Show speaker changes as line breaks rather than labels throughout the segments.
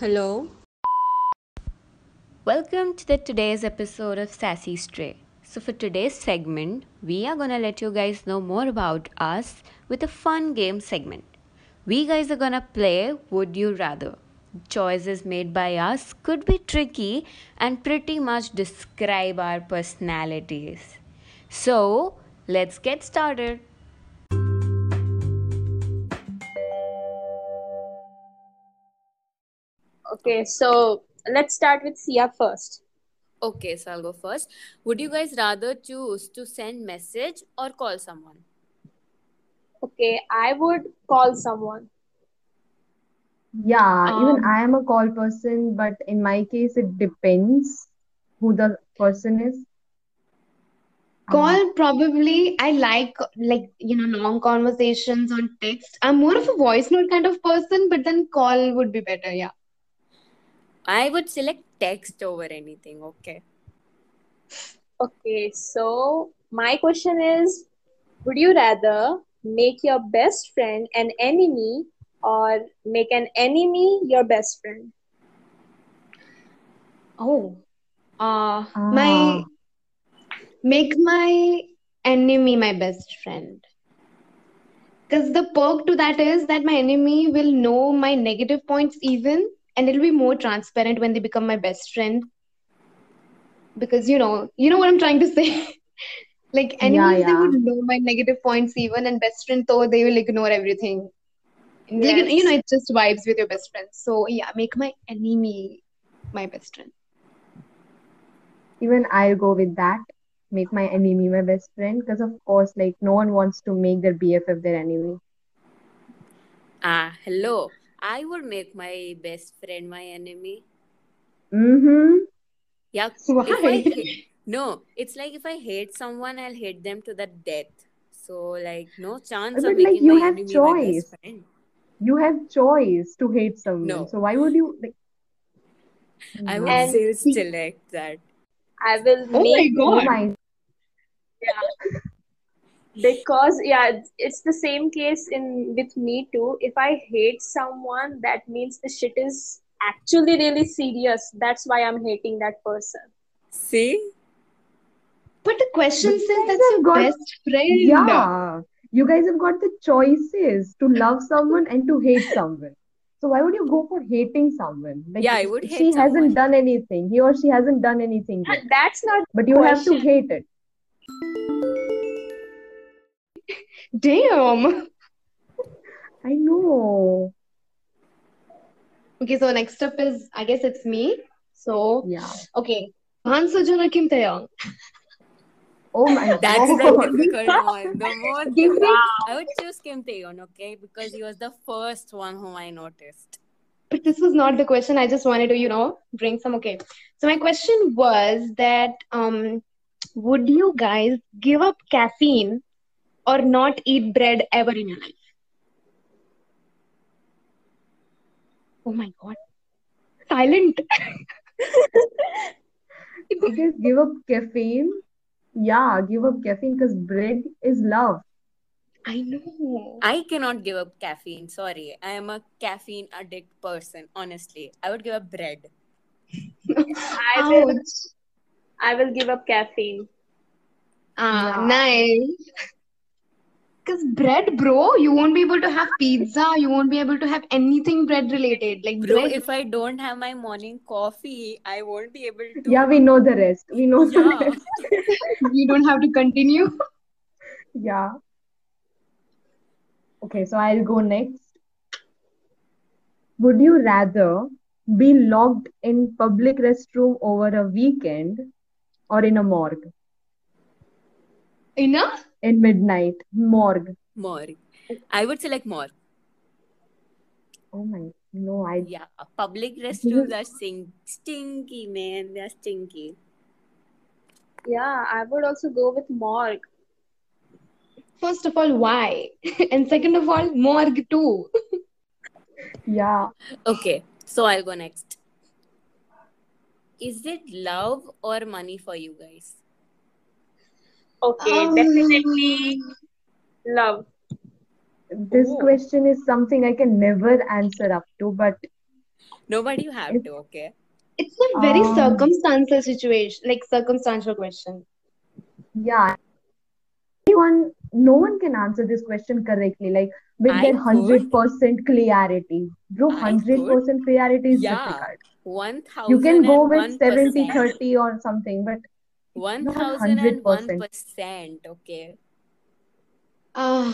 Hello.
Welcome to the today's episode of Sassy Stray. So for today's segment, we are gonna let you guys know more about us with a fun game segment. We guys are gonna play Would You Rather. Choices made by us could be tricky and pretty much describe our personalities. So let's get started.
Okay, so let's start with Sia first.
Okay, so I'll go first. Would you guys rather choose to send message or call someone?
Okay, I would call someone.
Yeah, even
Um,
I am a call person, but in my case, it depends who the person is. Uh,
Call probably I like like you know long conversations on text. I'm more of a voice note kind of person, but then call would be better, yeah.
I would select text over anything. Okay.
Okay, so my question is Would you rather make your best friend an enemy or make an enemy your best friend?
Oh. Uh my
ah,
make my enemy my best friend. Because the perk to that is that my enemy will know my negative points even, and it'll be more transparent when they become my best friend. Because you know, you know what I'm trying to say. Like
yeah,
enemies, they
yeah.
would know my negative points even, and best friend though they will ignore everything. Like you know,
Yes.
it just vibes with your best friend. So yeah, make my enemy my best friend.
Even I'll go with that. Make my enemy my best friend, because of course, like no one wants to make their BFF their enemy.
Ah, hello. I would make my best friend my enemy.
Mm-hmm.
Yeah, if I
Why?
hate, no, it's like if I hate someone, I'll hate them to the death. So, like, no chance of
But like
making my
you have
enemy my best
choice.
friend.
You have choice to hate someone.
No,
So why would you like? Mm.
I would
Wow.
And
still select that.
I will
Oh my
make,
Oh
God.
my.
yeah, because, yeah, it's it's the same case in with me too. If I hate someone, that means the shit is actually really serious. That's why I'm hating that person.
See?
But the
But
question
you
says
guys
that's
have
your
got
best friend.
Yeah, you guys have got the choices to love someone and to hate someone. So why would you go for hating someone? Like
Yeah, I
if
would hate
she hasn't
someone.
done anything, he or she hasn't done anything yet,
That's not
but
the
you have to
question.
hate it.
Damn.
I know.
Okay, so next up is I guess it's me. So
Yeah.
okay. Han Sujana Kim Taeyong.
Oh my
That's the
God.
difficult one. The more
Give me
difficult. I would choose Kim Taeyeon, okay? Because he was the first one whom I noticed.
but this was not the question. I just wanted to, you know, bring some okay. So my question was that um would you guys give up caffeine or not eat bread ever in your life? Oh my god. Silent.
Okay, give up caffeine. Yeah, give up caffeine because bread is love.
I know.
I cannot give up caffeine. Sorry. I am a caffeine addict person, honestly. I would give up bread.
I will
Ouch.
I will give up caffeine.
Ah,
Yeah.
nice. Because bread, bro, you won't be able to have pizza. You won't be able to have anything bread related. Like
Bro,
bread.
if I don't have my morning coffee, I won't be able
Yeah,
to.
we know the rest. We know the
Yeah.
rest.
We don't have to continue.
Yeah. Okay, so I'll go next. Would you rather be locked in public restroom over a weekend or in a morgue?
Enough?
In midnight, morgue.
Morgue. I would select morgue.
Oh my, no, I
Yeah. Public restrooms
you,
are sing- stinky, man. They're stinky.
Yeah, I would also go with morgue.
First of all, why? And second of all, morgue too.
yeah,
Okay. So I'll go next. Is it love or money for you guys?
Oh.
Okay, definitely
Um,
love.
this
Oh.
question is something I can never answer up to, but
Nobody you have to, okay?
It's a very
Um,
circumstantial situation, like circumstantial question.
Yeah. Anyone, no one can answer this question correctly, like with
I
their
could.
100% clarity. Bro,
I could.
100% clarity is
Yeah.
difficult.
One thousand.
You can go with 70 30 or something, but
One
not
thousand and one
100%.
percent. Okay.
Uh,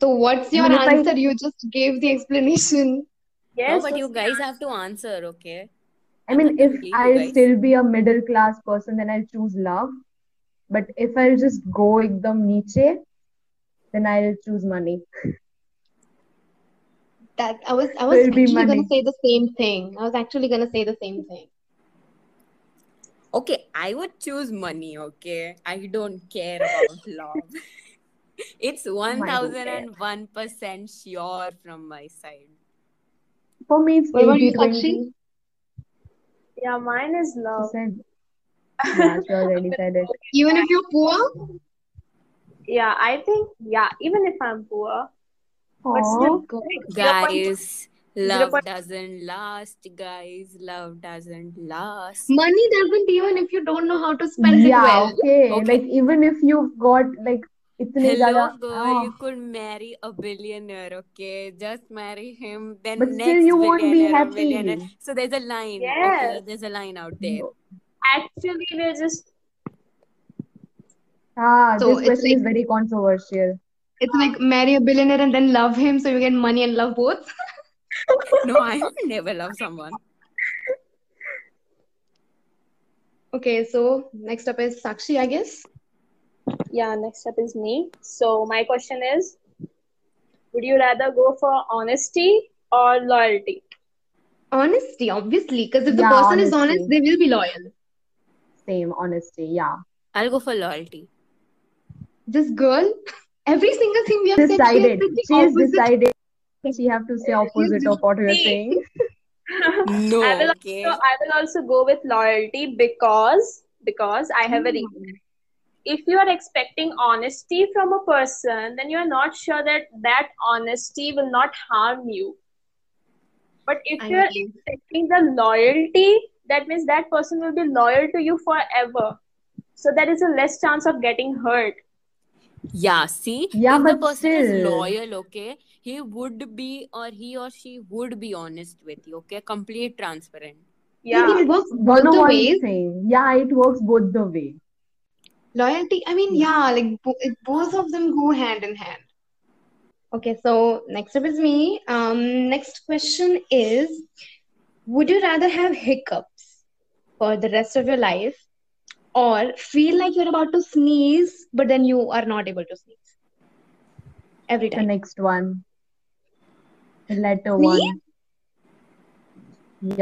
so what's your
Even if I-
answer? You just gave the explanation.
No,
Yes,
but you guys have to answer. Okay.
I mean, if
You
I'll
guys.
still be a middle class person, then I'll choose love. But if I'll just go ekdam niche, then I'll choose money.
That I was I was
There'll be
actually gonna
money.
say the same thing. I was actually gonna say the same thing.
Okay, I would choose money. Okay, I don't care about love. It's one thousand and one percent sure from my side.
For me, it's
What about you,
80
Sakshi?
20.
yeah, mine is love.
Said, yeah, she already said it.
Even if you're poor,
Yeah, I think yeah. Even if I'm poor, but still,
Guys, love
0.2
doesn't last. Guys, love doesn't last.
Hmm,
money doesn't even if you don't know how to spend it
Yeah,
well.
okay.
Okay.
Like even if you've got like itne
Hello,
zyada-
girl, you
ah,
could marry a billionaire, okay? Just marry him, then
but
next
still you won't be
billionaire, or
happy.
millionaire. So there's a line, okay?
Yes.
There's a line out there.
actually we're just
Ah,
So
this
it's
question
like-
is very controversial.
It's like marry a billionaire and then love him so you get money and love both.
No, I would never love someone.
Okay, so next up is Sakshi, I guess.
yeah. Next up is me. So my question is, would you rather go for honesty or loyalty?
Honesty, obviously, because if the
Yeah,
person is
honesty.
honest, they will be loyal.
Same, honesty. Yeah.
I'll go for loyalty.
This girl, every single thing we have said, she has
Decided.
said the
She is
opposite.
decided. She have to say opposite of what you're
See.
saying.
No,
I will
okay?
also I will also go with loyalty because because I have a
Mm.
reason. If you are expecting honesty from a person, then you are not sure that that honesty will not harm you. But if
I
you are
agree.
expecting the loyalty, that means that person will be loyal to you forever. So there is a less chance of getting hurt.
Yeah, see,
Yeah,
if the
but
person is
still.
loyal, okay, he would be or he or she would be honest with you, okay? Complete transparent.
Yeah.
It works
One
both
on
the
one
ways.
thing. Yeah, it works both the way.
Loyalty, I mean, yeah, like bo- it- both of them go hand in hand. Okay, so next up is me. Um, next question is, would you rather have hiccups for the rest of your life or feel like you're about to sneeze, but then you are not able to sneeze every
The
time?
next one. The letter
Sneeze?
one.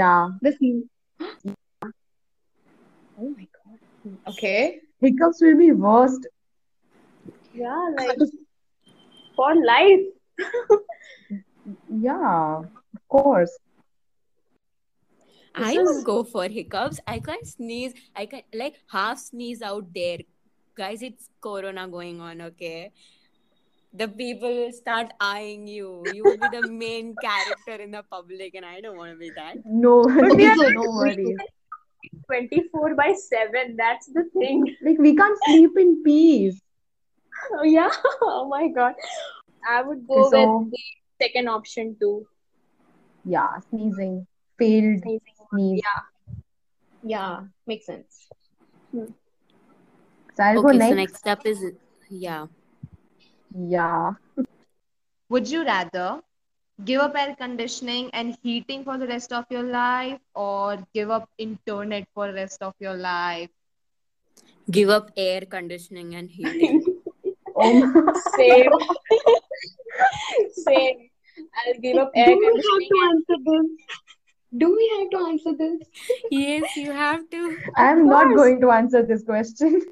Yeah.
The sneeze. Oh my God. Okay.
Hiccups will be worst.
Yeah, like for life.
Yeah, of course.
I would go for hiccups. I can't sneeze. I can like half sneeze out there. Guys, it's corona going on, okay? The people will start eyeing you. You will be the main character in the public, and I don't want to be that.
No,
But we are
no
not-
worries.
24 by 7, that's the thing.
Like we can't sleep in peace.
Oh, yeah. Oh my God. I would go
So-
with the second option too.
Yeah, sneezing. Failed
Sneezing.
sneeze.
Yeah.
Yeah, makes sense.
So I'll go
Okay, so
next.
next up is yeah.
Yeah.
Would you rather give up air conditioning and heating for the rest of your life or give up internet for the rest of your life?
Give up air conditioning and heating.
Oh my-
Same. Same. I'll give up air
Do we have to
conditioning.
answer this? Do we have to answer this?
yes, you have to.
I'm not going to answer this question.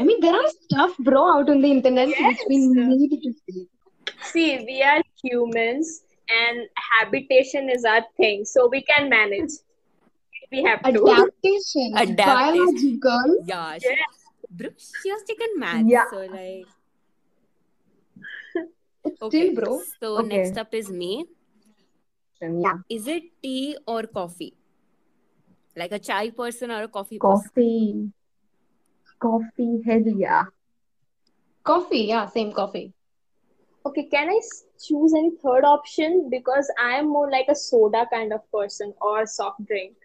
I mean, there are stuff, bro, out on the internet which we
Yes.
need to see.
See, we are humans and habitation is our thing, so we can manage. We have to.
Adaptation,
Adaptation.
biological.
Yeah. She, Brooke, she has taken math.
Yeah.
So like
It's Still, bro.
So
Okay.
next up is me.
Yeah.
Is it tea or coffee? Like a chai person or a coffee person?
Coffee. Coffee, hell yeah.
Coffee, yeah, same coffee.
Okay, can I s- choose any third option? Because I am more like a soda kind of person or soft drink.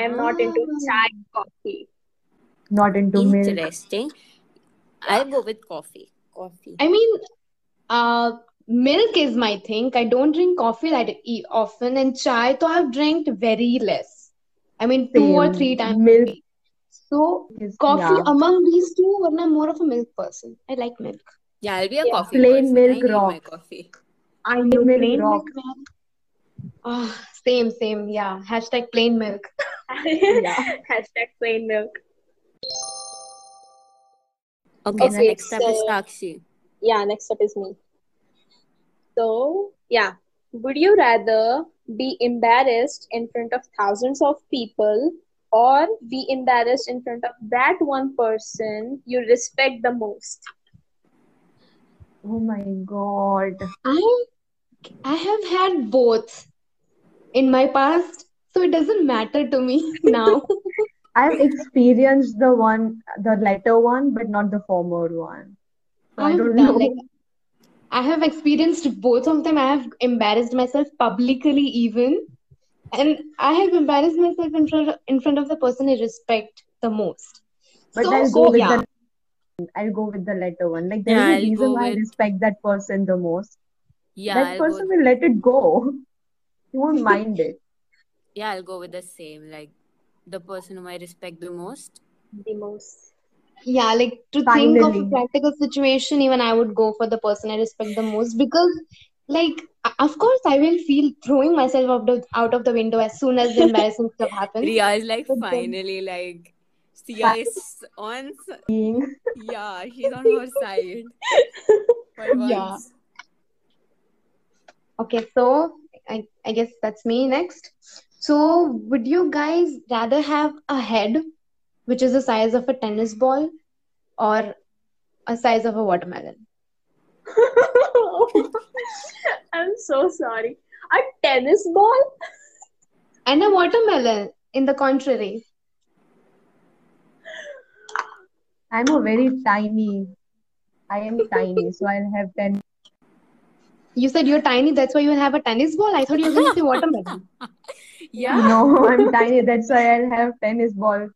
I am not into chai coffee.
Not into milk.
Interesting. I'll go with coffee. Coffee.
I mean, uh, milk is my thing. I don't drink coffee that e- often, and chai, though I've drank very less. I mean, two or
Same.
three times. a
Milk
week. So,
is
coffee
yeah.
among these two, but I'm more of a milk person. I like milk.
Yeah, I'll be a
Yeah.
coffee
Plain
person. I
milk
need my
rocks.
coffee.
I know
milk
plain
rocks.
milk, man. Ah, same, same. Yeah. Hashtag plain milk.
Yeah.
Hashtag plain milk.
Okay, so
Okay,
next up is
so-
Sakshi.
Yeah, next up is me. So, yeah. Would you rather be embarrassed in front of thousands of people or be embarrassed in front of that one person you respect the most?
Oh my God.
I I have had both in my past, so it doesn't matter to me now.
I've experienced the one, the latter one, but not the former one. So I
I've
don't
done like
know.
I have experienced both of them. I have embarrassed myself publicly even, and I have embarrassed myself in front of, in front of the person I respect the most.
But
So
I'll go with
yeah,
the I'll go with the latter one. Like there is
Yeah,
a
I'll
reason
go
why I
with-
respect that person the most.
Yeah,
That
I'll go
person will let it go. He won't mind it.
yeah, I'll go with the same. Like the person whom I respect the most.
The most.
yeah. Like to think of a
Finally.
practical situation, even I would go for the person I respect the most because, like, o- of course, I will feel throwing myself out of out of the window as soon as the embarrassing stuff happens.
Ria is like
But then,
finally like Sia is on s- yeah, she's on her side for
yeah.
once.
Okay, so I, I guess that's me next. So, would you guys rather have a head which is the size of a tennis ball or a size of a watermelon?
I'm so sorry. A tennis ball?
And a watermelon, in the contrary.
I'm a very tiny. I am tiny, so I'll have ten.
You said you're tiny, that's why you have a tennis ball. I thought you were going to say watermelon.
Yeah.
No, I'm tiny. That's why I'll have tennis ball.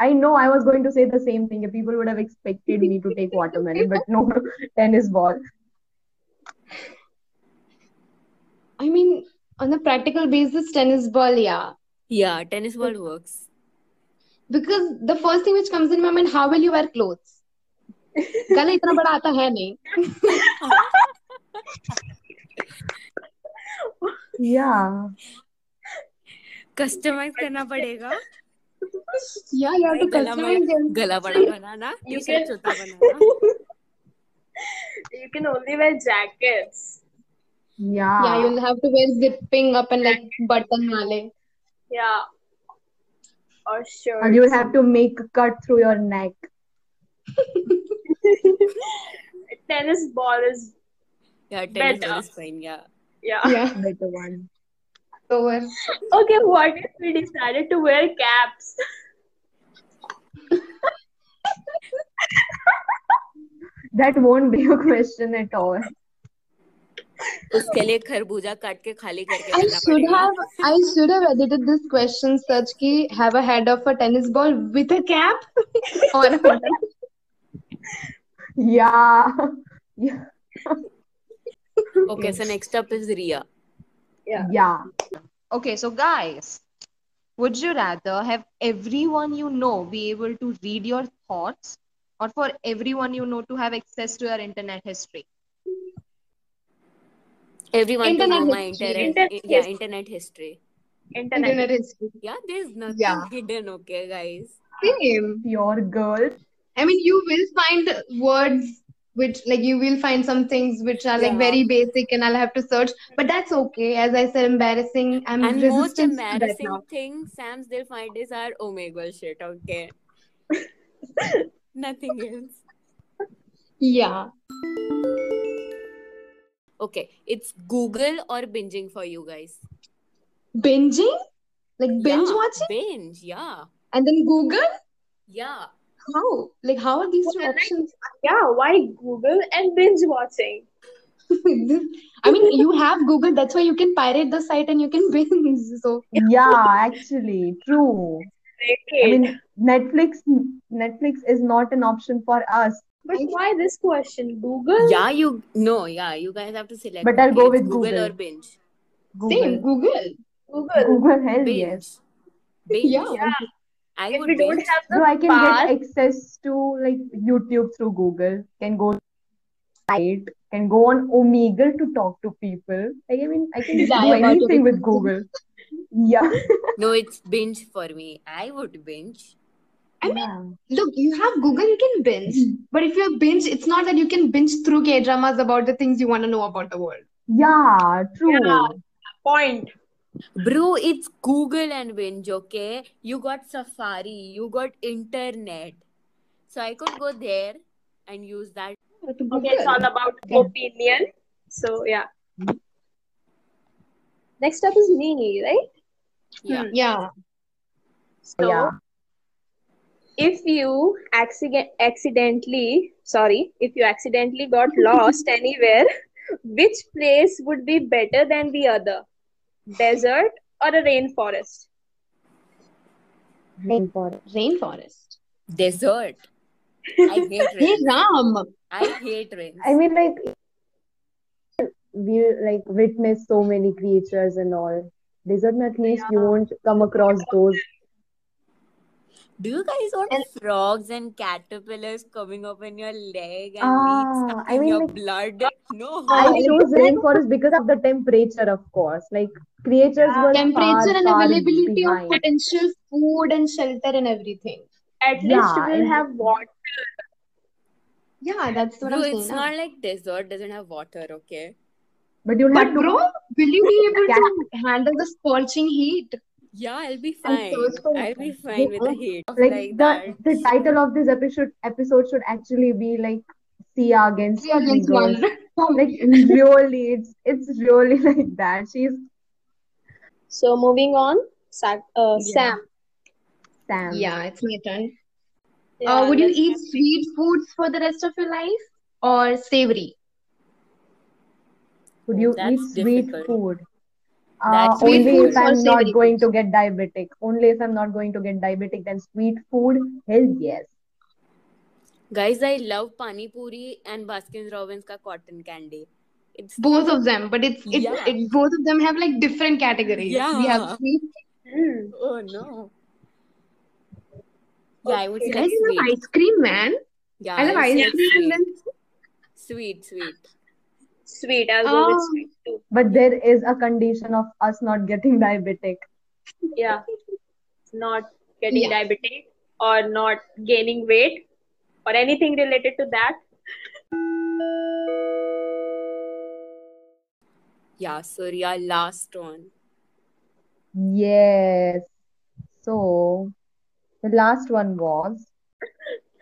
I know I was going to say the same thing. People would have expected me to take watermelon, but no, tennis ball.
I mean, on a practical basis, tennis ball, yeah.
Yeah, tennis ball works.
Because the first thing which comes in my mind, how will you wear clothes? गला इतना बड़ा आता है नहीं.
Yeah.
Customize करना पड़ेगा
Yeah, you have
भाई
to
गला
customize
बड़ा
them.
गला बड़ा बनाना
You
t-shirt
can
छोटा बनाना
you can only wear jackets.
Yeah,
Yeah.
you'll have to wear zipping up and like button wale.
Yeah. Or
Or you'll
shirts.
have to make a cut through your neck.
tennis ball is
yeah tennis ball
Better.
is fine yeah
yeah.
Yeah,
Better one.
over.
Okay, what if we decided to wear caps?
That won't be a question at all.
उसके लिए खरबूजा काट के खाली करके
I
रखना
should
पड़ेगा
have I should have edited this question such ki have a head of a tennis ball with a cap or a watermelon.
Yeah. Yeah.
okay so next up is Ria
Yeah.
Yeah.
Okay, so guys, would you rather have everyone you know be able to read your thoughts or for everyone you know to have access to your internet history?
everyone to
Internet
know my
history.
internet
Internet
yeah
history.
internet history
Internet.
Internet history.
yeah there's nothing
Yeah.
hidden okay guys
Same.
Pure girl.
I mean you will find words which like you will find some things which are like
yeah
very basic and I'll have to search. But that's okay. As I said, embarrassing. I'm
and most
resistant to that
embarrassing
now.
thing Sam's they'll find is our Omegle shit okay nothing else
Yeah.
Okay, it's Google or binging for you guys.
Binging? Like binge
yeah,
watching?
Binge, yeah,
And then Google?
yeah.
How? Like, how are these two
Well, I like-
options?
Yeah, why Google and binge watching?
I mean, you have Google, that's why you can pirate the site and you can binge. So,
Yeah, actually, true. I
Okay.
mean, Netflix Netflix is not an option for us,
But why this question? Google?
Yeah, you no, yeah, you guys have to select.
But I'll
Okay,
go
it's
with
Google
Google.
or binge.
same,
Google.
Google.
Google.
Google, hell
Binge.
yes.
Binge.
Yeah.
I
If
would
we don't
binge.
have the
No, I can
path,
get access to like YouTube through Google. Can go site. Can go on Omegle to talk to people. Like, I mean, I can
Lie
do
about your
anything with Google.
experience.
Yeah,
No, it's binge for me. I would binge.
I mean,
yeah.
look, you have Google, you can binge.
Mm-hmm.
But if you're binge, it's not that you can binge through K dramas about the things you want to know about the world.
Yeah, true.
point.
Bro, it's Google and binge, okay? You got Safari, you got internet. So I could go there and use that.
But
Okay, it's all
Google.
about opinion. So, yeah. Next up is me, right?
Yeah.
Hmm.
Yeah.
So,
Yeah.
if you accident accidentally, sorry, if you accidentally got lost anywhere, which place would be better than the other? Desert or a rainforest?
Rainforest. Rainforest.
Desert. I hate
Hey,
rains.
Ram.
I hate rains.
I mean, like we like witness so many creatures and all. Desert, at least you won't come across those.
Do you guys want frogs and caterpillars coming up in your leg and leaves
Ah,
stuck
I
in
mean,
your
like
blood? No.
I
Oh,
chose rainforest because of the temperature, of course. Like creatures were far,
Temperature and
far
availability of
behind.
potential food and shelter and everything.
At least
Yeah,
we'll
and
have water.
Yeah, that's what
Bro,
I'm
it's
saying.
not like desert doesn't have water, okay?
but you'll
But
have to
bro, will you be able
catch.
to handle the scorching heat
Yeah, I'll be
and search
fine.
for
I'll be fine with the heat of
Like
like
the
that.
the title of this episode episode should actually be like Sia against
three against
seagulls.
one?
Like really, it's it's really like that. She's
So, moving on, Sa- uh,
Yeah.
Sam.
Sam.
Yeah, it's my turn.
Yeah,
Uh, would you
let's-
eat sweet foods for the rest of your life or savory?
Would
Oh,
you eat
that's
sweet
difficult.
food? Uh,
That's
Sweet
only if
foods
difficult.
or
I'm not
savory
going
foods?
to get diabetic. Only if I'm not going to get diabetic, then sweet food, hell yes.
Guys, I love Pani Puri and Baskin Robbins ka cotton candy. It's
Both of them, but it's it
yeah.
it both of them have like different categories. We have
Yeah.
sweet.
Hmm.
Oh no. Yeah, I would
Okay.
say
Guys,
like
I love
sweet.
ice cream, man.
Yeah,
I
I
love
would
ice
say like
cream and
sweet.
then
Sweet, sweet.
Sweet. I'll go with
oh
sweet too.
But there is a condition of us not getting diabetic.
Yeah. Not getting
yeah.
diabetic or not gaining weight or anything related to that.
Yeah, Surya, last one.
Yes. So the last one was,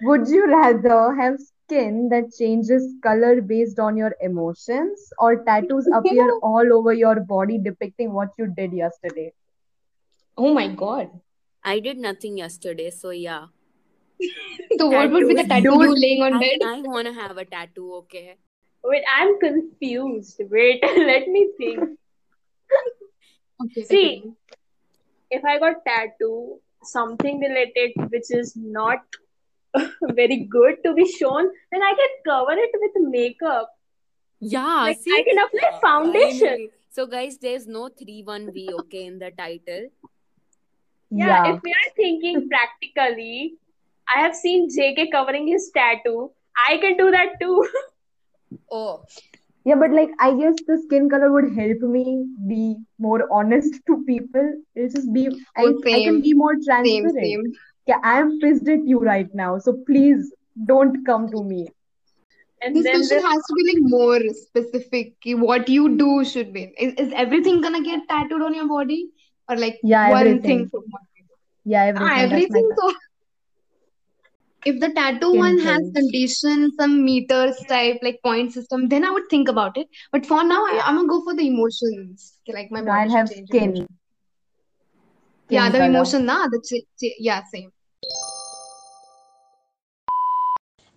would you rather have skin that changes color based on your emotions or tattoos appear all over your body depicting what you did yesterday?
Oh my God.
I did nothing yesterday, so yeah.
So what would be the
Tattoos.
tattoo
Dude,
you laying on
I
bed?
I wanna have a tattoo, okay?
Wait, I'm confused. Wait, let me think.
Okay,
See,
continue.
if I got tattoo, something related which is not very good to be shown, then I can cover it with makeup.
Yeah,
Ah,
Like I
see?
can apply foundation.
Finally. So guys, there's no 3-1-V, okay, in the title.
Yeah,
Yeah.
if we are thinking practically, I have seen JK covering his tattoo. I can do that too.
Oh,
Yeah, but like I guess the skin color would help me be more honest to people. It'll just be I
Oh,
I can
same,
be more
same,
transparent.
same.
Yeah, I am pissed at you right now, so please don't come to me.
And
This
then
question
we'll
has to be like more specific. ki What you do should be. Is, is everything gonna get tattooed on your body? Or like
Yeah,
one thing
everything.
from what you do?
Yeah, everything.
Ah,
That's my
everything
th-
so If the tattoo one has condition, some meters type, like point system, then I would think about it. But for now, I, I'm gonna go for the emotions. Okay, Like my
No,
body
I'll
should
have
change
skin.
emotion. Yeah,
Skin
the
color.
emotion, na, the ch- ch- yeah, same.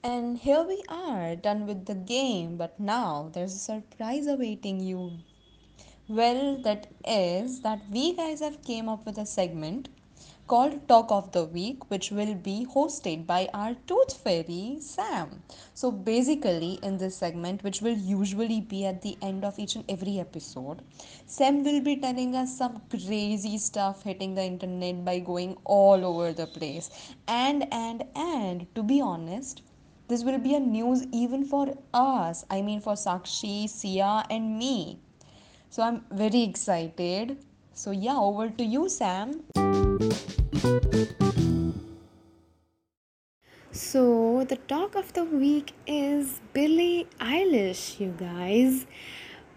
And here we are, done with the game, but now there's a surprise awaiting you. Well, that is that we guys have came up with a segment called Talk of the Week, which will be hosted by our tooth fairy Sam. So basically, in this segment, which will usually be at the end of each and every episode, Sam will be telling us some crazy stuff hitting the internet by going all over the place. And and and to be honest, this will be a news even for us. I mean for Sakshi, Sia, and me. So I'm very excited. So yeah, over to you, Sam.
So, the talk of the week is Billie Eilish, you guys.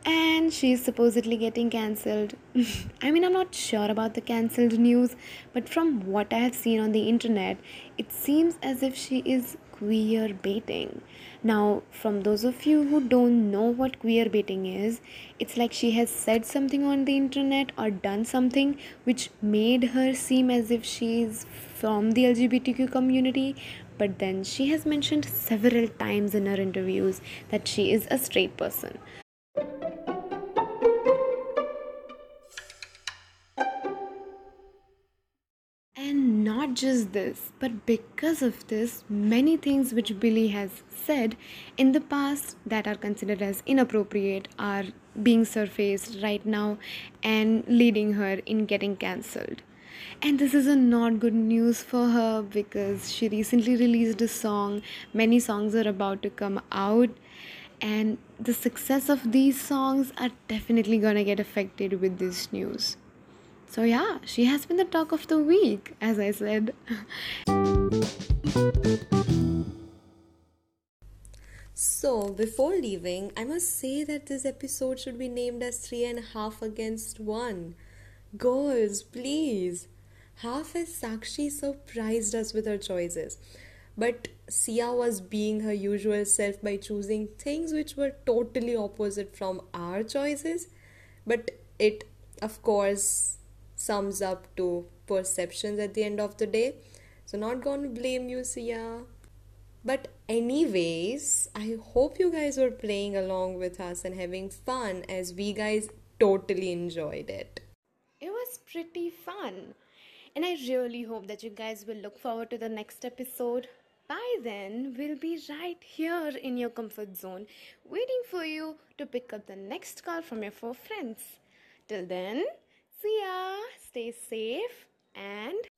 And she's supposedly getting cancelled. I mean, I'm not sure about the cancelled news, but from what I have seen on the internet, it seems as if she is queer baiting. Now, from those of you who don't know what queer baiting is, it's like she has said something on the internet or done something which made her seem as if she is from the LGBTQ community, but then she has mentioned several times in her interviews that she is a straight person. And not just this, but because of this, many things which Billy has said in the past that are considered as inappropriate are being surfaced right now and leading her in getting cancelled. And this is a not good news for her because she recently released a song, many songs are about to come out, and the success of these songs are definitely gonna get affected with this news. So, yeah, she has been the talk of the week, as I said.
So, before leaving, I must say that this episode should be named as three and a half against one. Girls, please. Half as Sakshi surprised us with her choices. But Sia was being her usual self by choosing things which were totally opposite from our choices. But it, of course, sums up to perceptions at the end of the day. So, not gonna blame you, Sia. But, anyways, I hope you guys were playing along with us and having fun as we guys totally enjoyed it.
It was pretty fun. And I really hope that you guys will look forward to the next episode. By then, we'll be right here in your comfort zone, waiting for you to pick up the next call from your four friends. Till then, see ya, stay safe, and